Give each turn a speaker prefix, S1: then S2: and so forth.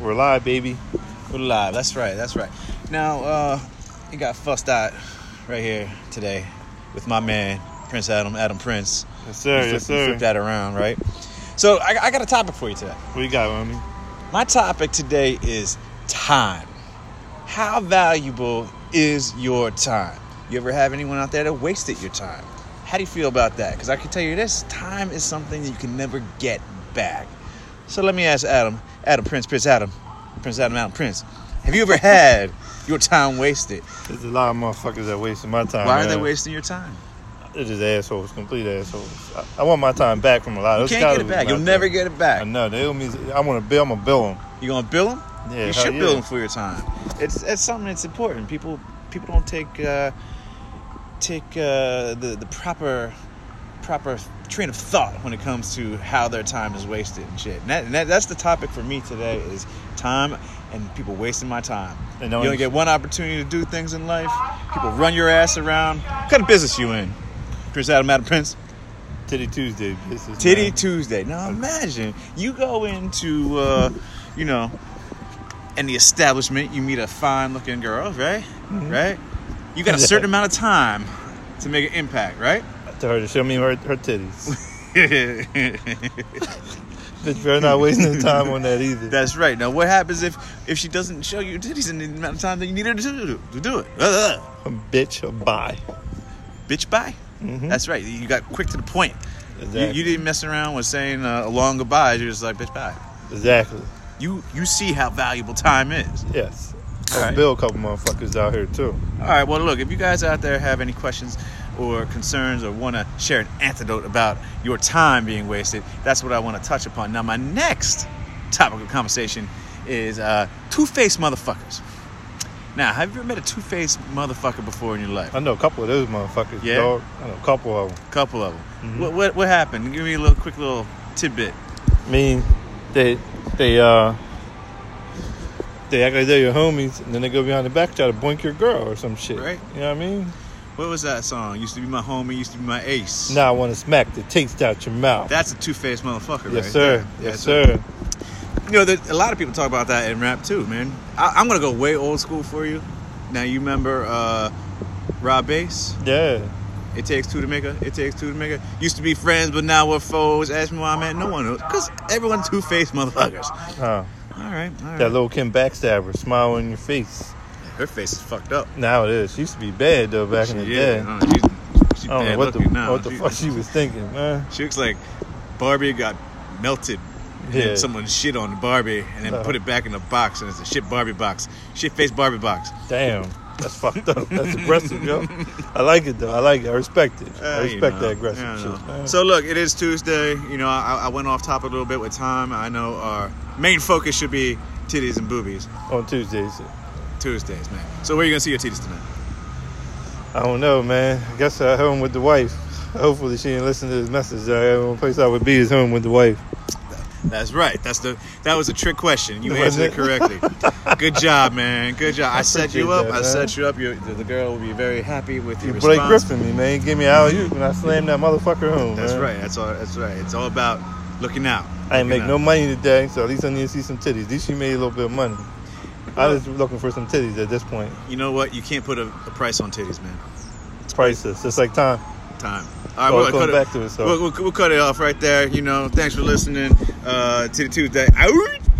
S1: We're live, baby.
S2: We're live. That's right. That's right. Now, uh, it got fussed out right here today with my man Prince Adam, Adam Prince.
S1: Yes, sir.
S2: flip,
S1: yes,
S2: you
S1: sir.
S2: flip that around, right? So I, I got a topic for you today.
S1: What you got, homie?
S2: My topic today is time. How valuable is your time? You ever have anyone out there that wasted your time? How do you feel about that? Because I can tell you this time is something that you can never get back. So let me ask Adam, Adam Prince, Prince Adam, Prince Adam, Adam Prince, have you ever had your time wasted?
S1: There's a lot of motherfuckers that wasting my time.
S2: Why are they
S1: Oh, man.
S2: wasting your time?
S1: They're just assholes, complete assholes. I, I want my time back from a lot
S2: You
S1: of those
S2: can't get it
S1: scholars
S2: back.
S1: out
S2: You'll
S1: there.
S2: never get it back.
S1: I know. They owe me. I want to bill. I'm gonna bill them.
S2: You gonna bill them?
S1: Yeah,
S2: you
S1: hell
S2: should
S1: yeah.
S2: bill them for your time. It's it's something that's important. People people don't take uh, take uh, the the proper proper train of thought when it comes to how their time is wasted and shit. And, that, and that, that's the topic for me today is time and people wasting my time.
S1: And no
S2: you
S1: one-
S2: only get one opportunity to do things in life. People run your ass around. What kind of business you in? Chris Adam, Adam Prince.
S1: Titty Tuesday. This is
S2: Titty
S1: man.
S2: Tuesday. Now imagine you go into, uh, you know, in the establishment, you meet a fine looking girl, right? Right? You got a certain amount of time to make an impact, right?
S1: to her to show me her, her titties. Bitch, better not wasting the time on that either.
S2: That's right. Now, what happens if if she doesn't show you titties in the amount of time that you need her to do, to do it? Ugh.
S1: bitch, bye.
S2: Bitch, bye.
S1: Mhm.
S2: That's right. You got quick to the point. You,
S1: Exactly.
S2: you didn't mess around with saying uh, a long goodbye. You're just like, bitch, bye.
S1: Exactly.
S2: You you see how valuable time is.
S1: Yes.
S2: All
S1: I'll
S2: right.
S1: bill a couple motherfuckers out here too.
S2: All right. Well, look, if you guys out there have any questions or concerns or want to share an antidote about your time being wasted, that's what I want to touch upon. Now, my next topic of conversation is uh, two-faced motherfuckers. Now, have you ever met a two-faced motherfucker before in your life?
S1: I know a couple of those motherfuckers.
S2: Yeah?
S1: Dog. I know a couple of them.
S2: couple of them.
S1: Mm-hmm.
S2: What, what what happened? Give me a little quick little tidbit.
S1: I mean, they they uh they act like they're your homies, and then they go behind the back try to boink your girl or some shit.
S2: Right.
S1: You know what I mean?
S2: What was that song? Used to be my homie. Used to be my ace.
S1: Now I want to smack the taste out your mouth.
S2: That's a two-faced motherfucker.
S1: yes,
S2: right
S1: sir.
S2: there.
S1: Yes,
S2: That's a-
S1: sir.
S2: You know, there, a lot of people talk about that in rap too, man. I, I'm gonna go way old school for you. Now you remember uh, Rob Bass?
S1: Yeah.
S2: It takes two to make a. It takes two to make a. Used to be friends, but now we're foes. Ask me why I'm at no one knows. Cause everyone two faced motherfuckers.
S1: Huh.
S2: All right, all right.
S1: That little Kim backstabber smile in your face.
S2: Her face is fucked up.
S1: Now it is. She used to be bad though back in the day.
S2: yeah. uh, she's, she's
S1: I don't know
S2: bad
S1: what the
S2: looking now.
S1: what the
S2: she,
S1: fuck she was thinking, man.
S2: she looks like Barbie got melted. And
S1: Yeah.
S2: then someone shit on Barbie and then
S1: Uh.
S2: put it back in a box and it's a shit Barbie box. Shit face Barbie box.
S1: Damn. That's fucked up. That's aggressive, yo. I like it though. I like it. I respect it.
S2: Uh,
S1: I
S2: you
S1: respect
S2: know,
S1: that aggressive
S2: you know.
S1: shit. man.
S2: So look, it is Tuesday. You know, I, I went off top a little bit with time. I know our main focus should be titties and boobies
S1: on Tuesdays.
S2: Tuesdays, man. So where you gonna see your titties tonight?
S1: I don't know, man. I guess I home with the wife. Hopefully she didn't listen to this message. The only place I would be is home with the wife.
S2: That's right. That's the that was a trick question. You
S1: Was
S2: answered it correctly. Good job, man. Good job. I, set you
S1: appreciate
S2: up.
S1: that,
S2: I
S1: man.
S2: set you up. Your, the, the girl will be very happy with your
S1: You Blake
S2: response.
S1: Griffin me, man. Give me out you when I slam that motherfucker home.
S2: That's
S1: man.
S2: right. That's all. That's right. It's all about looking out.
S1: I ain't
S2: Looking
S1: make
S2: out.
S1: no money today, so at least I need to see some titties. At least she made a little bit of money. I was looking for some titties at this point.
S2: You know what? You can't put a, a price on titties, man.
S1: It's priceless. It's like time.
S2: time. All right,
S1: Well,
S2: we'll,
S1: going
S2: cut
S1: back
S2: it,
S1: to it, so-
S2: We'll, we'll, we'll cut it off right there. You know, thanks for listening uh, to the Tuesday. Out.